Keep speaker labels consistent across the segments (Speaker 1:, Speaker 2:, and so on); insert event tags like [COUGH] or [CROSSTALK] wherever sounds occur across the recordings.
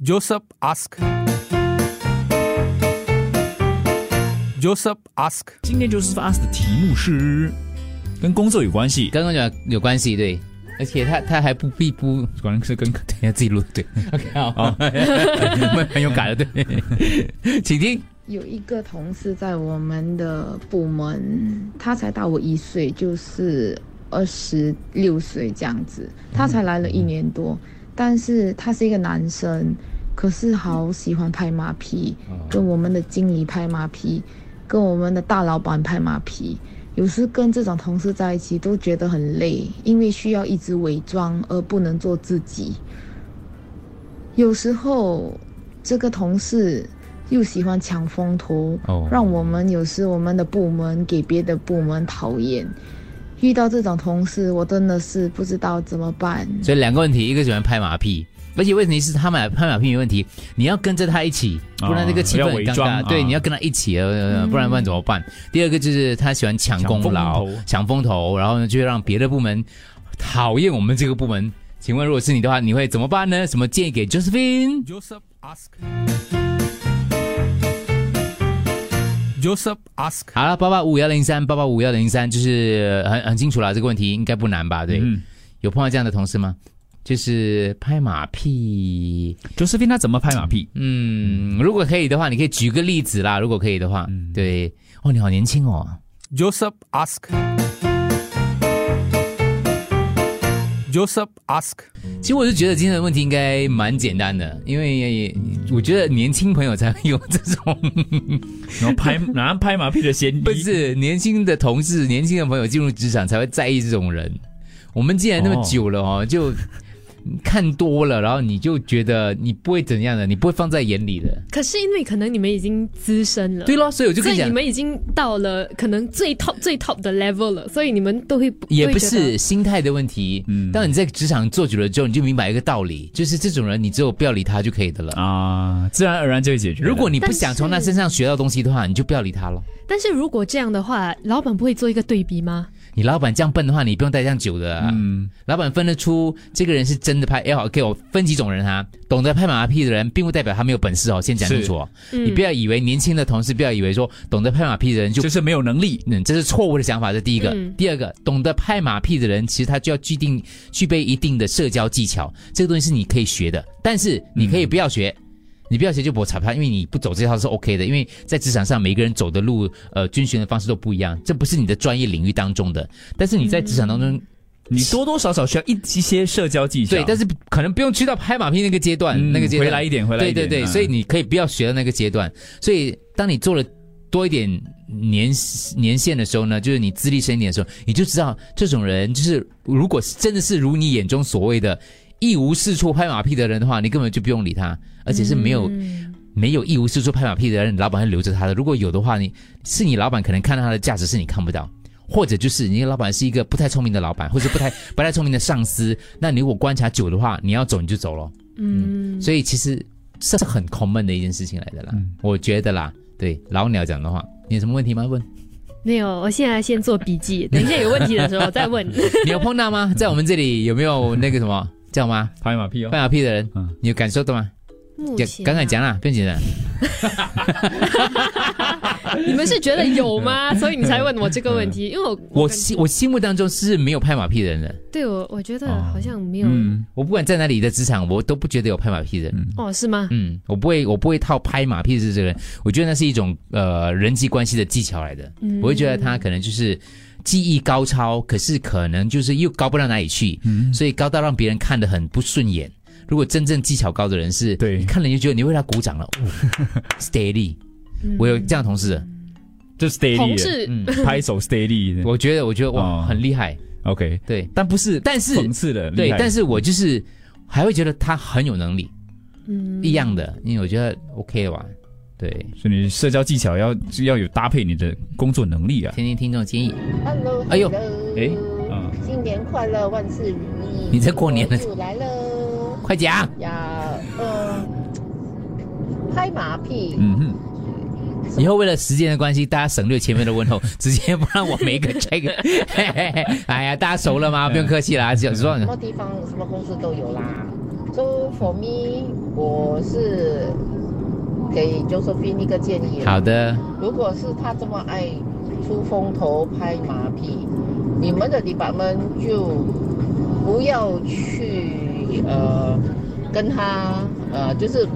Speaker 1: Joseph Ask。Joseph Ask，
Speaker 2: 今天就是 Fast
Speaker 3: 嗯
Speaker 2: 的题目是跟工作有关系，
Speaker 3: 刚刚讲有关系，对，而且他他还不必不，
Speaker 2: 可能是跟 [LAUGHS]
Speaker 3: 等一下自己录，对，OK 哦好，蛮蛮勇敢的，对，请听，
Speaker 4: 有一个同事在我们的部门，他才大我一岁，就是二十六岁这样子，他才来了一年多，但是他是一个男生，可是好喜欢拍马屁，跟我们的经理拍马屁，跟我们的大老板拍马屁。有时跟这种同事在一起都觉得很累，因为需要一直伪装而不能做自己。有时候这个同事又喜欢抢风头
Speaker 2: 哦
Speaker 4: 让我们有时我们的部门给别的部门讨厌。遇到这种同事，我真的是不知道怎么办。
Speaker 3: 所以两个问题，一个喜欢拍马屁，而且问题是他买拍马屁没问题，你要跟着他一起，不然那个气氛
Speaker 2: 哦要
Speaker 3: 很
Speaker 2: 伪
Speaker 3: 尴尬，
Speaker 2: 装啊嗯
Speaker 3: 对，你要跟他一起，呃，不然不然怎么办？第二个就是他喜欢抢功
Speaker 2: 抢
Speaker 3: 劳
Speaker 2: 风头、
Speaker 3: 抢风头，然后呢就会让别的部门讨厌我们这个部门。请问如果是你的话，你会怎么办呢？什么建议给 Josephine？
Speaker 1: Joseph Ask。Joseph Ask。
Speaker 3: 好了，八八五幺零三，八八五幺零三，就是很很清楚了，这个问题应该不难吧？对，
Speaker 2: 嗯
Speaker 3: 有碰到这样的同事吗？就是拍马屁，
Speaker 2: Josephine 他怎么拍马屁？
Speaker 3: 嗯，如果可以的话，你可以举个例子啦，如果可以的话，对，哦，你好年轻哦，
Speaker 1: Joseph Ask。Joseph Ask。
Speaker 3: 其实我是觉得今天的问题应该蛮简单的，因为我觉得年轻朋友才会有这种，
Speaker 2: 然后拍拿拍马屁的嫌疑，
Speaker 3: 不是年轻的同事、年轻的朋友进入职场才会在意这种人。我们既然那么
Speaker 2: 哦
Speaker 3: 久了哦，就看多了，然后你就觉得你不会怎样的，你不会放在眼里的，
Speaker 5: 可是因为可能你们已经资深了，
Speaker 3: 对咯，所以我就
Speaker 5: 所
Speaker 3: 跟你
Speaker 5: 以
Speaker 3: 讲
Speaker 5: 你，们已经到了可能最 top 最 top 的 level 了，所以你们都会
Speaker 3: 也不。
Speaker 5: 都会觉
Speaker 3: 是
Speaker 5: 得
Speaker 3: 心态的问题。嗯，当你在职场做久了之后，你就明白一个道理，就是这种人，你只有不要理他就可以的了。
Speaker 2: 啊，自然而然就会解决了。
Speaker 3: 如果你不
Speaker 5: 但是
Speaker 3: 想从他身上学到东西的话，你就不要理他了。
Speaker 5: 但是如果这样的话，老板不会做一个对比吗？
Speaker 3: 你老板这样笨的话，你不用待这样久的、嗯，老板分得出这个人是真的拍，哎，好，给我分几种人哈、懂得拍马屁的人，并不代表他没有本事哦。先讲清楚哦，你
Speaker 5: 嗯
Speaker 3: 不要以为年轻的同事不要以为说懂得拍马屁的人就
Speaker 2: 就是没有能力，
Speaker 3: 嗯，这是错误的想法，这第一个。
Speaker 5: 嗯
Speaker 3: 第二个，懂得拍马屁的人，其实他就要具定具备一定的社交技巧，这个东西是你可以学的，但是你可以不要学。你不要学就不踩他，因为你不走这套是 OK 的，因为在职场上每个人走的路，呃，遵循的方式都不一样，这不是你的专业领域当中的。但是你在职场当中，
Speaker 2: 你多多少少需要一一些社交技巧。
Speaker 3: 对，但是可能不用去到拍马屁那个阶段，
Speaker 2: 嗯
Speaker 3: 那个阶段
Speaker 2: 回来一点，回来一
Speaker 3: 对
Speaker 2: 点。
Speaker 3: 对对，
Speaker 2: 嗯
Speaker 3: 所以你可以不要学到那个阶段。所以当你做了多一点年年限的时候呢，就是你资历深一点的时候，你就知道这种人就是，如果是真的是如你眼中所谓的一无是处拍马屁的人的话，你根本就不用理他，而且是没有、
Speaker 5: 嗯
Speaker 3: 没有一无是处拍马屁的人，老板会留着他的。如果有的话，你是你老板可能看到他的价值是你看不到。或者就是你的老板是一个不太聪明的老板，或者不太 [LAUGHS] 不太聪明的上司，那你如果观察久的话，你要走你就走咯。
Speaker 5: 嗯，
Speaker 3: 所以其实这是很 common 的一件事情来的啦，我觉得啦。对老鸟讲的话，你有什么问题吗？问 [LAUGHS]
Speaker 5: 没有，我现在先做笔记，等一下有问题的时候再问。
Speaker 3: 你有碰到吗？在我们这里有没有那个什么 [LAUGHS] 叫吗？
Speaker 2: 拍马屁哦
Speaker 3: 半，小屁的人
Speaker 2: 嗯，
Speaker 3: 你有感受到吗？
Speaker 5: 目
Speaker 3: 也
Speaker 5: 前啊
Speaker 3: [LAUGHS] 刚才讲啦，变简单。
Speaker 5: 你们是觉得有
Speaker 3: [LAUGHS]
Speaker 5: 吗？所以你才问我这个问题，因为我
Speaker 3: 我
Speaker 5: 感
Speaker 3: 心我心目当中是没有拍马屁的人的，
Speaker 5: 对我我觉得好像没有
Speaker 2: 嗯，
Speaker 3: 我不管在哪里的职场，我都不觉得有拍马屁的人。
Speaker 5: 哦，是吗？
Speaker 3: 嗯，我不会，我不会套拍马屁是这个人，我觉得那是一种呃人际关系的技巧来的。嗯
Speaker 2: 嗯
Speaker 3: 我会觉得他可能就是技艺高超，可是可能就是又高不到哪里去，
Speaker 2: 嗯
Speaker 3: 所以高到让别人看得很不顺眼。如果真正技巧高的人是，
Speaker 2: 对
Speaker 3: 你看了你就觉得你为他鼓掌了、哦、，steady。我有这样的同事的，
Speaker 2: 就 steady，
Speaker 5: 嗯同事
Speaker 3: 嗯，
Speaker 2: 拍手 steady
Speaker 3: [LAUGHS] 我觉得我觉得哇、
Speaker 2: 哦
Speaker 3: 很厉害，
Speaker 2: ，OK，
Speaker 3: 对，但不是，但是
Speaker 2: 讽刺的，
Speaker 3: 对
Speaker 2: 厉害，
Speaker 3: 但是我就是还会觉得他很有能力，嗯，一样的，因为我觉得 OK 吧，对。
Speaker 2: 所以你社交技巧要要有搭配你的工作能力啊。
Speaker 3: 听听听众建议。
Speaker 6: Hello，
Speaker 3: 哎呦啊
Speaker 2: 哎
Speaker 6: 哎，
Speaker 2: 嗯
Speaker 6: 新年快乐，万事如意。
Speaker 3: 你在过年呢
Speaker 6: 我又来喽
Speaker 3: 快讲！
Speaker 6: 呀，呃，拍马屁，
Speaker 2: 嗯哼，
Speaker 3: 以后为了时间的关系，大家省略前面的问 [LAUGHS] 候，直接不让我每一个 check。嘿嘿嘿哎呀，大家熟了吗？不用客气啦，只有说
Speaker 6: 什么地方、什么公司都有啦。 So for me，我是给 Josephine 一个建议。
Speaker 3: 好，的，
Speaker 6: 如果是他这么爱出风头拍马屁，你们的 department 就不要去呃跟他呃就是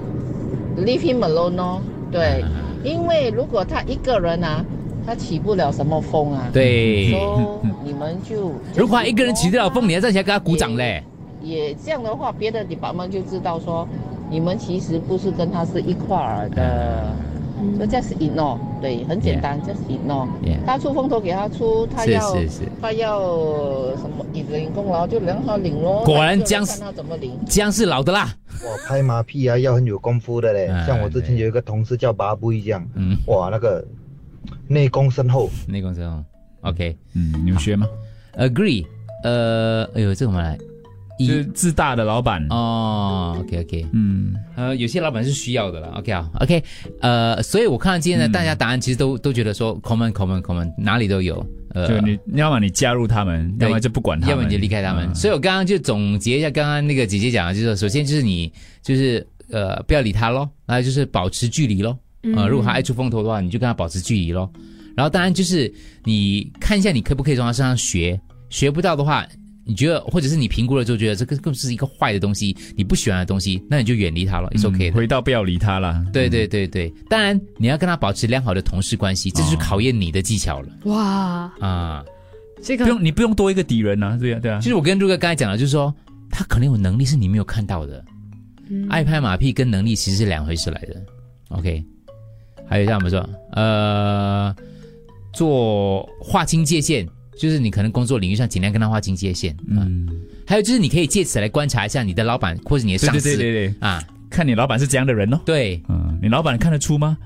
Speaker 6: leave him alone 哦，对，
Speaker 3: 啊
Speaker 6: 因为如果他一个人啊，他起不了什么风啊。。
Speaker 3: 对。
Speaker 6: So 你们就
Speaker 3: 如果他一个人起得了风，你还站起来给他鼓掌
Speaker 6: 也
Speaker 3: 嘞。
Speaker 6: 也这样的话，别的 department 就知道说，你们其实不是跟他是一块儿的，就这样是 ignore，对，很简单，这样是 ignore。
Speaker 3: 嗯 Yeah
Speaker 6: 他出风头给他出，他
Speaker 3: 是
Speaker 6: 要
Speaker 3: 是是
Speaker 6: 他要什么领功劳就让他领咯。
Speaker 3: 果然
Speaker 6: 那就
Speaker 3: 僵
Speaker 6: 看他怎么领。
Speaker 3: 姜是老的辣，
Speaker 7: 我拍马屁啊，要很有功夫的嘞
Speaker 3: 哎。
Speaker 7: 像我之前有一个同事叫拔布一样，
Speaker 3: 嗯，
Speaker 7: 哇，那个内功深厚。
Speaker 3: 内功深厚。OK，agree，、
Speaker 2: 嗯，你们学吗？
Speaker 3: 呃，哎呦，这个我们来
Speaker 2: 就
Speaker 3: 一
Speaker 2: 是自大的老板。
Speaker 3: 哦，OK OK，
Speaker 2: 嗯，
Speaker 3: 呃，有些老板是需要的啦。OK 啊，OK，呃，所以我看到今天
Speaker 2: 嗯
Speaker 3: 的大家答案其实都、都觉得说 common common common 哪里都有，呃，
Speaker 2: 就你要么你加入他们，
Speaker 3: 对
Speaker 2: 要么就不管他们，
Speaker 3: 要么你就离开他们。
Speaker 2: 嗯
Speaker 3: 所以我刚刚就总结一下，刚刚那个姐姐讲的，就是说首先就是你就是呃不要理他咯，然后就是保持距离咯。呃，如果他爱出风头的话，你就跟他保持距离咯。然后当然就是你看一下你可不可以从他身上学，学不到的话。你觉得，或者是你评估了之后觉得这个更是一个坏的东西，你不喜欢的东西，那你就远离他了，it's
Speaker 2: 嗯
Speaker 3: OK 的。
Speaker 2: 回到不要理他啦。
Speaker 3: 对对对对，当然你要跟他保持良好的同事关系，这就是
Speaker 2: 哦
Speaker 3: 考验你的技巧了
Speaker 5: 哇，
Speaker 3: 啊。
Speaker 5: 这
Speaker 2: 嗯不
Speaker 5: 个
Speaker 2: 用你不用多一个敌人啊，对啊对啊
Speaker 3: 其。实我跟陆哥刚才讲了，就是说他可能有能力是你没有看到的，
Speaker 2: 嗯
Speaker 5: 嗯
Speaker 3: 爱拍马屁跟能力其实是两回事来的。OK，还有像我们说，呃，做划清界限，就是你可能工作领域上尽量跟他划清界限。嗯，
Speaker 2: 嗯，
Speaker 3: 还有就是你可以借此来观察一下你的老板或者你的
Speaker 2: 对
Speaker 3: 上
Speaker 2: 对
Speaker 3: 司
Speaker 2: 对对对，
Speaker 3: 啊，
Speaker 2: 看你老板是怎样的人咯。
Speaker 3: 对，
Speaker 2: 嗯，你老板看得出吗？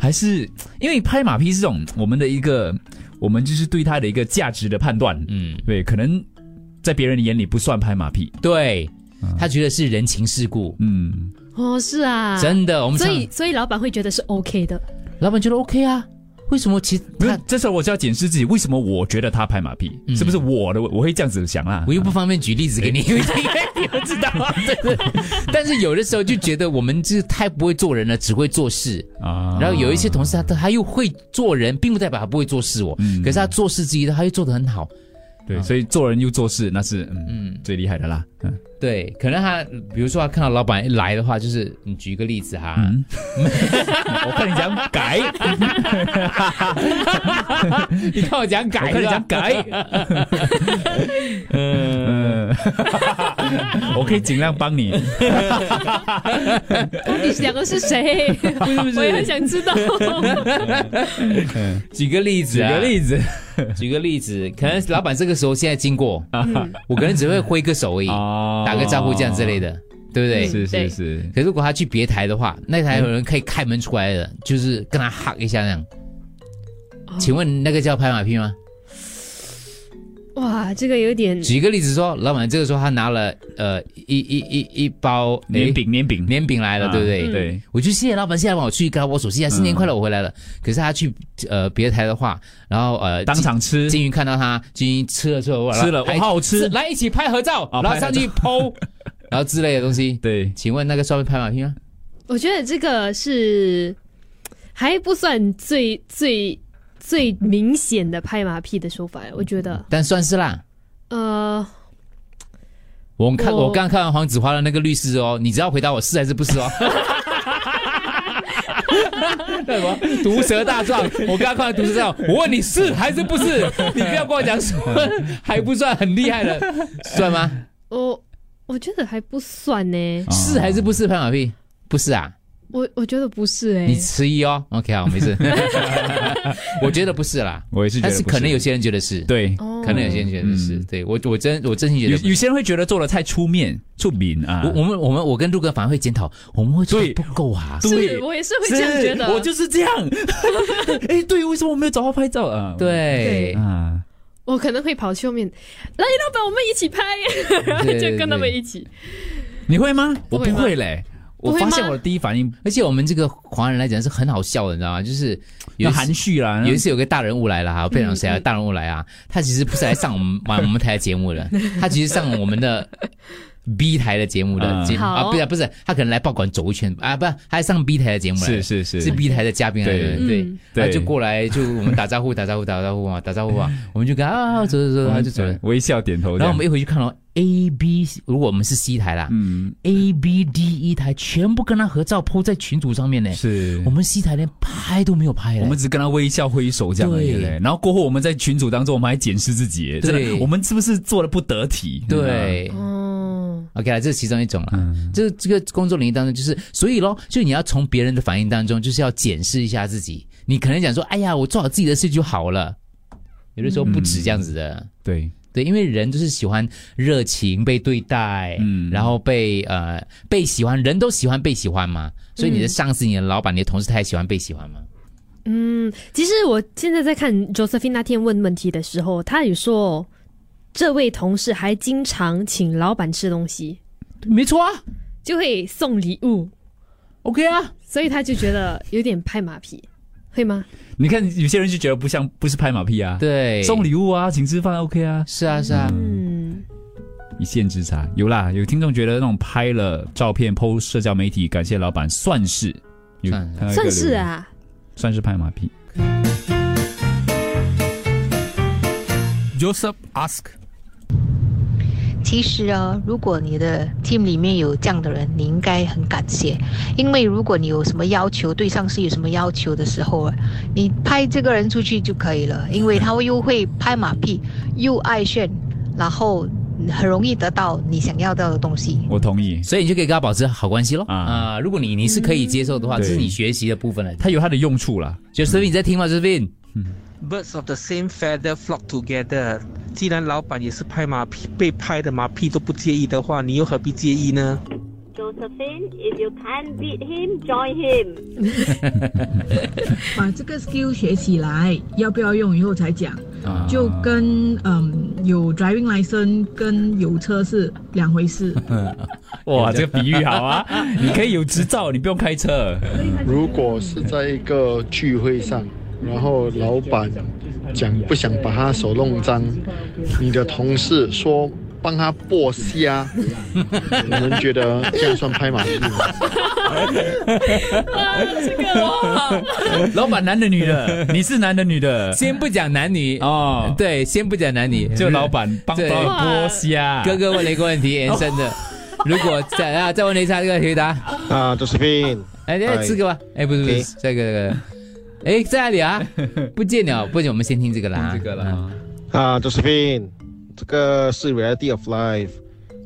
Speaker 2: 还是因为拍马屁是这种我们的一个，我们就是对他的一个价值的判断。
Speaker 3: 嗯，
Speaker 2: 对，可能在别人的眼里不算拍马屁。
Speaker 3: 对，他觉得是人情世故，
Speaker 2: 嗯，
Speaker 5: 哦是啊，
Speaker 3: 真的，我们
Speaker 5: 所
Speaker 3: 常
Speaker 5: 以所以老板会觉得是 OK 的，
Speaker 3: 老板觉得 OK 啊，为什么其实
Speaker 2: 不
Speaker 3: 他
Speaker 2: 是，这时候我就要检视自己，为什么我觉得他拍马屁？
Speaker 3: 嗯
Speaker 2: 是不是我的？我我会这样子想啊。
Speaker 3: 我又不方便举例子给你，因为你们知道 [LAUGHS] 啊，对对。但是有的时候就觉得我们就是太不会做人了，只会做事。
Speaker 2: 啊
Speaker 3: 然后有一些同事他他又会做人，并不代表他不会做事哦。
Speaker 2: 嗯
Speaker 3: 可是他做事之一，他又做得很好。
Speaker 2: 对，所以做人又做事，那是嗯
Speaker 3: 嗯，
Speaker 2: 最厉害的啦。嗯
Speaker 3: 对，可能他比如说他看到老板一来的话，就是你举一个例子哈，
Speaker 2: 嗯，我跟你讲改，
Speaker 3: 你看我讲
Speaker 2: 我
Speaker 3: 改，
Speaker 2: 跟你
Speaker 3: 是吧
Speaker 2: 讲改。嗯， [LAUGHS] 我可以尽量帮你。
Speaker 5: 到底两个
Speaker 3: [LAUGHS]
Speaker 5: 是谁？我也很想知道。
Speaker 3: 举个例子、
Speaker 2: 举个例子
Speaker 3: 子，举个例子，可能老板这个时候现在经过，我可能只会挥个手而已，
Speaker 2: 啊
Speaker 3: 打个招呼这样之类，的，对不对？
Speaker 2: 是
Speaker 5: 对
Speaker 2: 是是，
Speaker 3: 可是如果他去别台的话，那台有人可以开门出来的，就是跟他哈一下那样。请问那个叫拍马屁吗？
Speaker 5: 哇，这个有点
Speaker 3: 举一个例子说，老板这个时候他拿了呃一一一一包
Speaker 2: 年、饼年
Speaker 3: 哎
Speaker 2: 饼啊
Speaker 3: 年饼来了，对不对？
Speaker 5: 嗯
Speaker 2: 对，嗯
Speaker 3: 我就谢谢老板，谢谢老板，我去跟他握手，谢谢新年快乐，我回来了。可是他去呃别台的话，然后呃
Speaker 2: 当场吃
Speaker 3: 金金鱼看到他，金鱼吃了之后
Speaker 2: 吃了，哇，
Speaker 3: 然后
Speaker 2: 好好
Speaker 3: 是
Speaker 2: 吃，
Speaker 3: 来一起拍合照，
Speaker 2: 啊
Speaker 3: 然后
Speaker 2: 拍合
Speaker 3: 上去剖，然后之类的东西。
Speaker 2: [LAUGHS] 对，
Speaker 3: 请问那个算不算拍马屁吗？
Speaker 5: 我觉得这个是还不算最最最明显的拍马屁的手法，我觉得，
Speaker 3: 但算是啦。
Speaker 5: 呃，
Speaker 3: 我
Speaker 2: 哦
Speaker 3: 看
Speaker 5: 我
Speaker 3: 我刚看完黄子华的那个律师哦，你只要回答我是还是不是哦。 [LAUGHS] 那什么毒蛇大壮，我刚刚看完毒蛇大壮，我问你是还是不是？你不要跟我
Speaker 2: [LAUGHS]
Speaker 3: 讲说还不算很厉害的，算吗？
Speaker 5: 我我觉得还不算呢，
Speaker 2: 哦
Speaker 3: 是还是不是？潘马屁不是啊，
Speaker 5: 我我觉得不是哎、
Speaker 3: 你迟疑哦。OK 好，
Speaker 2: [LAUGHS]
Speaker 3: 没事，我觉得不是啦，
Speaker 2: 我也是觉得
Speaker 3: 但
Speaker 2: 不是，
Speaker 3: 是可能有些人觉得是，，
Speaker 2: 对，
Speaker 5: 哦
Speaker 3: 可能有些人觉得是
Speaker 2: 嗯
Speaker 3: 对我我真我真心觉
Speaker 2: 有
Speaker 3: 得不
Speaker 2: 有
Speaker 3: 是。
Speaker 2: 些人会觉得做的太出面出名啊，
Speaker 3: 我我们我们我跟陆哥反而会检讨，我们会做得
Speaker 2: 对
Speaker 3: 不够啊，
Speaker 2: 对
Speaker 5: 是我也是会这样觉得，
Speaker 2: 是我就是这
Speaker 3: [LAUGHS]
Speaker 2: 样。哎，对，为什么我没有找他拍照啊？
Speaker 3: 对
Speaker 5: 对
Speaker 2: 啊，
Speaker 5: 我可能会跑去后面，来，老板，我们一起拍，
Speaker 3: 对对
Speaker 5: [LAUGHS] 就跟他们一起。
Speaker 2: 你会吗？我
Speaker 5: 会
Speaker 2: 不
Speaker 5: 吗
Speaker 2: 会嘞，我
Speaker 5: 不会
Speaker 2: 发现
Speaker 5: 吗
Speaker 2: 我的第一反应
Speaker 3: 而且我们这个华人来讲是很好笑的，你知道吗？就是有
Speaker 2: 要
Speaker 3: 一次
Speaker 2: 含蓄啦，
Speaker 3: 有一次有个大人物来
Speaker 2: 嗯
Speaker 3: 了哈，不讲谁啊， [LAUGHS]
Speaker 2: [LAUGHS]
Speaker 3: 大人物来啊，他其实不是来上我们玩我们台的节目的，他其实上我们的 B 台的节目的
Speaker 2: 嗯
Speaker 3: 节、啊，
Speaker 5: 好
Speaker 3: 不是不是，他可能来报馆走一圈啊，不，他上 B 台的节目来
Speaker 2: 是
Speaker 3: 了，
Speaker 2: 是是
Speaker 3: 是 B 台的嘉宾来的，
Speaker 2: 对
Speaker 3: 对
Speaker 5: 嗯，
Speaker 2: 对
Speaker 3: 然后就过来就我们打招呼打招呼打招呼
Speaker 2: [LAUGHS]
Speaker 3: 啊打招呼啊，我们就跟他啊走走走，他就走了
Speaker 2: 对，嗯微笑点头这
Speaker 3: 然
Speaker 2: 样。
Speaker 3: 后我们一回去看到 A B，如果我们是 C 台啦
Speaker 2: 嗯
Speaker 3: ，A B D E 台全部跟他合照 po 在群组上面呢，
Speaker 2: 是
Speaker 3: 我们 C 台连拍都没有拍嘞，
Speaker 2: 我们只跟他微笑挥手这样而已
Speaker 3: 对
Speaker 2: 嘞。然后过后我们在群组当中，我们还检视自己，真
Speaker 3: 对
Speaker 2: 的，我们是不是做的不得体？
Speaker 3: 对。
Speaker 5: 哦，
Speaker 3: OK 啦，这是其中一种啦。
Speaker 2: 嗯
Speaker 3: 这这个工作领域当中，就是所以咯，就你要从别人的反应当中，就是要检视一下自己。你可能讲说，哎呀，我做好自己的事就好了。有的时候不止这样子的，
Speaker 2: 对，
Speaker 3: 对，因为人就是喜欢热情被对待，
Speaker 2: 嗯
Speaker 3: 然后被呃被喜欢，人都喜欢被喜欢嘛。所以
Speaker 2: 嗯
Speaker 3: 你的上司、你的老板、你的同事，他也喜欢被喜欢嘛。
Speaker 5: 嗯，其实我现在在看 Josephine 那天问问题的时候，他也说，这位同事还经常请老板吃东西，
Speaker 3: 没错啊
Speaker 5: 就会送礼物，
Speaker 3: ，OK 啊，
Speaker 5: 所以他就觉得有点拍马屁，会吗？
Speaker 2: 你看有些人就觉得不像不是拍马屁啊，，
Speaker 3: 对，
Speaker 2: 送礼物啊，请吃饭 OK 啊，
Speaker 3: 是啊是啊，
Speaker 5: 嗯，
Speaker 2: 一线之差有啦。有听众觉得那种拍了照片 PO 社交媒体感谢老板算是有
Speaker 3: 算是
Speaker 2: 看到一个
Speaker 5: 算是
Speaker 2: 留言，
Speaker 5: 啊，
Speaker 2: 算是拍马屁。
Speaker 1: Joseph ask
Speaker 8: 其实啊，如果你的 team 里面有这样的人，你应该很感谢，因为如果你有什么要求，对上司有什么要求的时候啊，你派这个人出去就可以了，因为他又会拍马屁，又爱炫，然后很容易得到你想要到的东西。
Speaker 2: 我同意，
Speaker 3: 所以你就可以跟他保持好关系咯。
Speaker 2: 啊
Speaker 3: 啊、如果你你是可以接受的话，
Speaker 2: 嗯
Speaker 3: 这是你
Speaker 2: 对
Speaker 3: 学习的部分了。
Speaker 2: 它有它的用处啦。
Speaker 3: Josephine 你在听吗？Josephine，
Speaker 9: Birds of the same feather flock together。既然老板也是拍马屁，被拍的马屁都不介意的话，你又何必介意呢？
Speaker 10: Josephine, if you can't beat him, join him.
Speaker 11: 把这个 skill 学起来，要不要用以后才讲，
Speaker 2: 啊
Speaker 11: 就跟嗯有 driving license 跟有车是两回事。
Speaker 2: 哇，这个比喻好啊！
Speaker 3: [LAUGHS]
Speaker 2: 你可以有执照，你不用开车。
Speaker 12: 如果是在一个聚会上，然后老板讲不想把他手弄脏，你的同事说帮他剥虾，你们觉得这样算拍马屁吗？
Speaker 2: 老板，男的女 [LAUGHS] 的？你是男的女的？
Speaker 3: 先不讲男女
Speaker 2: 哦，
Speaker 3: 对，先不讲男女，
Speaker 2: 就老板帮哦
Speaker 3: 对
Speaker 2: 老板剥虾。
Speaker 3: 哥，哥问了一个问题，延伸的。如果再啊再问一下这个回答，
Speaker 12: 啊，都是病。
Speaker 3: 哎哎
Speaker 12: 哎
Speaker 3: 这个吧，哎不是不是这个这个，哎在哪里啊？不见了，不行，我们先听这个啦，
Speaker 2: 这个
Speaker 3: 啊
Speaker 2: 了，
Speaker 12: 啊，Josephine，这个是 reality of life。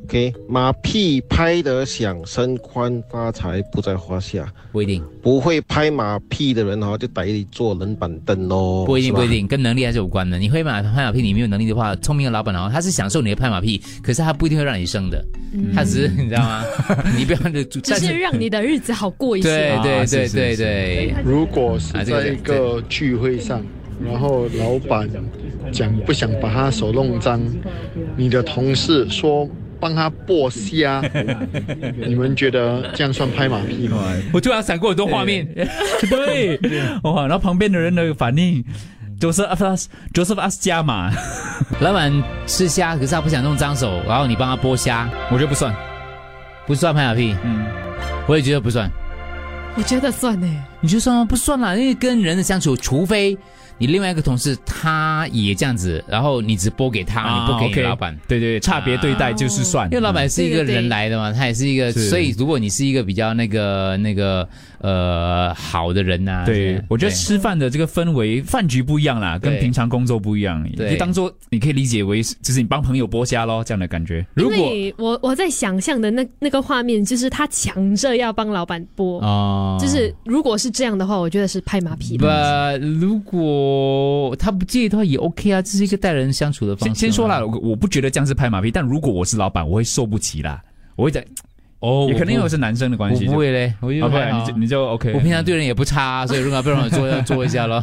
Speaker 12: OK，马屁拍得响，升官发财不在话下。
Speaker 3: 不一定，
Speaker 12: 不会拍马屁的人哦，就逮你坐冷板凳喽。
Speaker 3: 不一定，
Speaker 12: 是吧
Speaker 3: 不一。定，跟能力还是有关的。你会马拍马屁，你没有能力的话，聪明的老板哦，他是享受你的拍马屁，可是他不一定会让你升的，他只是你知道吗？你不要就
Speaker 5: 只
Speaker 3: 但
Speaker 5: 是让你的日子好过一些。
Speaker 3: 对对
Speaker 2: 啊是
Speaker 3: 对
Speaker 2: 是
Speaker 3: 对
Speaker 2: 是
Speaker 3: 对，
Speaker 12: 如果是
Speaker 3: 啊这个
Speaker 12: 在一个聚会上，然后老板讲不想把他手弄脏，你的同事说帮他剥虾，你们觉得这样算拍马屁吗？
Speaker 3: 我突然闪过很多画面，
Speaker 2: 对，哇！然后旁边的人的反应，Joseph As Joseph As 加码，
Speaker 3: 老板吃虾，可是他不想弄脏手，然后你帮他剥虾，
Speaker 2: 我觉得不算。
Speaker 3: 不算拍马屁，
Speaker 2: 嗯，
Speaker 3: 我也觉得不算。
Speaker 5: 我觉得算呢。
Speaker 3: 你就算吗？不算啦，因为跟人的相处，除非你另外一个同事他也这样子，然后你只拨给他，啊你不给你
Speaker 2: 啊 OK
Speaker 3: 老板。
Speaker 2: 对对对，差别对待就是算，嗯
Speaker 3: 因为老板是一个
Speaker 5: 对对对
Speaker 3: 人来的嘛，他也是一个，
Speaker 2: 是
Speaker 3: 所以如果你是一个比较那个那个呃好的人呐、
Speaker 2: 对
Speaker 3: 是，
Speaker 2: 我觉得
Speaker 3: 对
Speaker 2: 吃饭的这个氛围，饭局不一样啦，跟
Speaker 3: 对
Speaker 2: 平常工作不一样，
Speaker 3: 对
Speaker 2: 你就当做你可以理解为就是你帮朋友剥虾咯，这样的感觉。
Speaker 5: 因
Speaker 2: 如果
Speaker 5: 为我我在想象的那那个画面，就是他抢着要帮老板播，
Speaker 2: 啊
Speaker 3: 哦，
Speaker 5: 就是如果是这样的话，我觉得是拍马屁
Speaker 3: 不
Speaker 5: 吧。，
Speaker 3: 如果他不介意的话也 OK 啊，这是一个待人相处的方式
Speaker 2: 先
Speaker 3: 嘛。
Speaker 2: 先说啦，我我不觉得这样是拍马屁，但如果我是老板，我会受不起啦，我会在，
Speaker 3: 哦，
Speaker 2: 也可能因为
Speaker 3: 有
Speaker 2: 我是男生的关
Speaker 3: 我
Speaker 2: 系，
Speaker 3: 不会哦嘞，我就
Speaker 2: 就，啊不
Speaker 3: 还好
Speaker 2: 然你就你就 OK。
Speaker 3: 我平常对人也不差、啊，所以如果不让我做，要做一
Speaker 2: [LAUGHS]
Speaker 3: 下咯。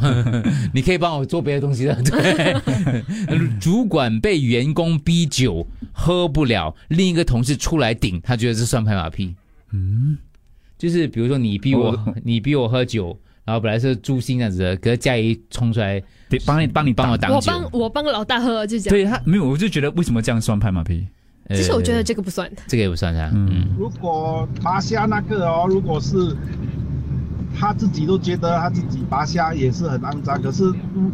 Speaker 3: 你可以帮我做别的东西的。对，
Speaker 2: [LAUGHS]
Speaker 3: 主管被员工逼酒喝不了，另一个同事出来顶，他觉得这算拍马屁。嗯，就是比如说你逼我
Speaker 2: 我，
Speaker 3: 你逼我喝酒，然后本来是助兴这样子的，可是佳怡冲出来
Speaker 2: 对帮你帮你
Speaker 3: 帮我
Speaker 2: 挡
Speaker 3: 挡
Speaker 5: 我
Speaker 3: 酒。
Speaker 5: 帮我帮老大喝，就这样。
Speaker 2: 对他没有，我就觉得为什么这样算拍马屁？
Speaker 3: 呃
Speaker 5: 其实我觉得这个不算。
Speaker 3: 这个也不算啊。嗯，
Speaker 13: 如果拔虾那个哦，如果是他自己都觉得他自己拔虾也是很肮脏，可是嗯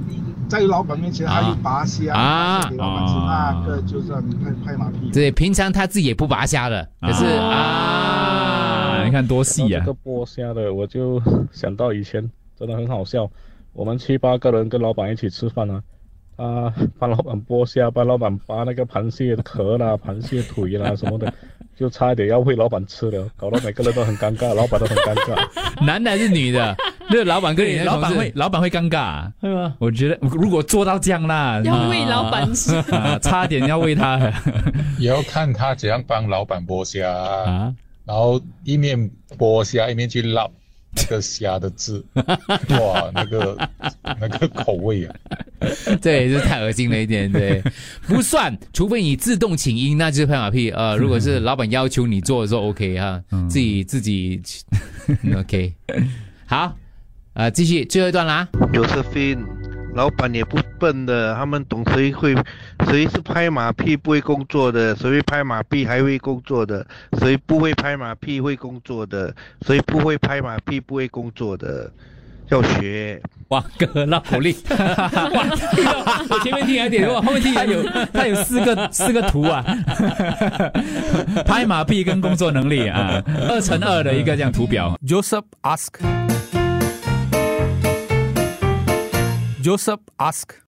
Speaker 13: 在老板面前他又拔虾，
Speaker 3: 啊
Speaker 13: 给老板吃那个就算拍拍马屁。
Speaker 3: 对，平常他自己也不拔虾的，可是啊，你看多细呀
Speaker 14: 这个剥虾的，我就想到以前真的很好笑，我们七八个人跟老板一起吃饭啊，啊， [LAUGHS] 帮老板剥虾，帮老板扒那个螃蟹壳啦、 [LAUGHS] 螃蟹腿啦什么的，就差一点要喂老板吃了，搞得每个人都很尴
Speaker 15: [LAUGHS]
Speaker 14: 尬，老板都很尴尬。
Speaker 3: 男的还是
Speaker 2: [LAUGHS]
Speaker 3: 女的？那老板跟你的
Speaker 2: 老板
Speaker 3: 同事
Speaker 2: 会老板会尴尬、
Speaker 14: 会吗？
Speaker 2: 我觉得如果做到这样啦，
Speaker 5: 要喂老板吃
Speaker 2: 啊差点要喂他。
Speaker 15: 也要看他怎样帮老板剥虾啊，然后一面剥虾一面去捞那个虾的汁，哇，那个那个口味啊，
Speaker 3: [LAUGHS] 对，这太恶心了一点，
Speaker 2: [LAUGHS]
Speaker 3: 对，不算，除非你自动请缨，那就是拍马屁。呃，如果是老板要求你做的时候，OK 哈，自己自己嗯
Speaker 2: [LAUGHS]
Speaker 3: OK。好，呃，继续最后一段啦。
Speaker 12: Josephine，老板也不笨的，他们懂谁会，谁是拍马屁不会工作的，谁会拍马屁还会工作的，谁不会拍马屁会工作的，谁不会拍马屁不会工作的，要学。
Speaker 3: 哇哥，绕口令， [LAUGHS] 我前面听还有点，我后面听还有，
Speaker 2: 他有四个四个图
Speaker 3: [LAUGHS]
Speaker 2: 啊，拍马屁跟工作能力啊，二乘二的一个这样图表。啊
Speaker 16: Joseph ask. Joseph ask.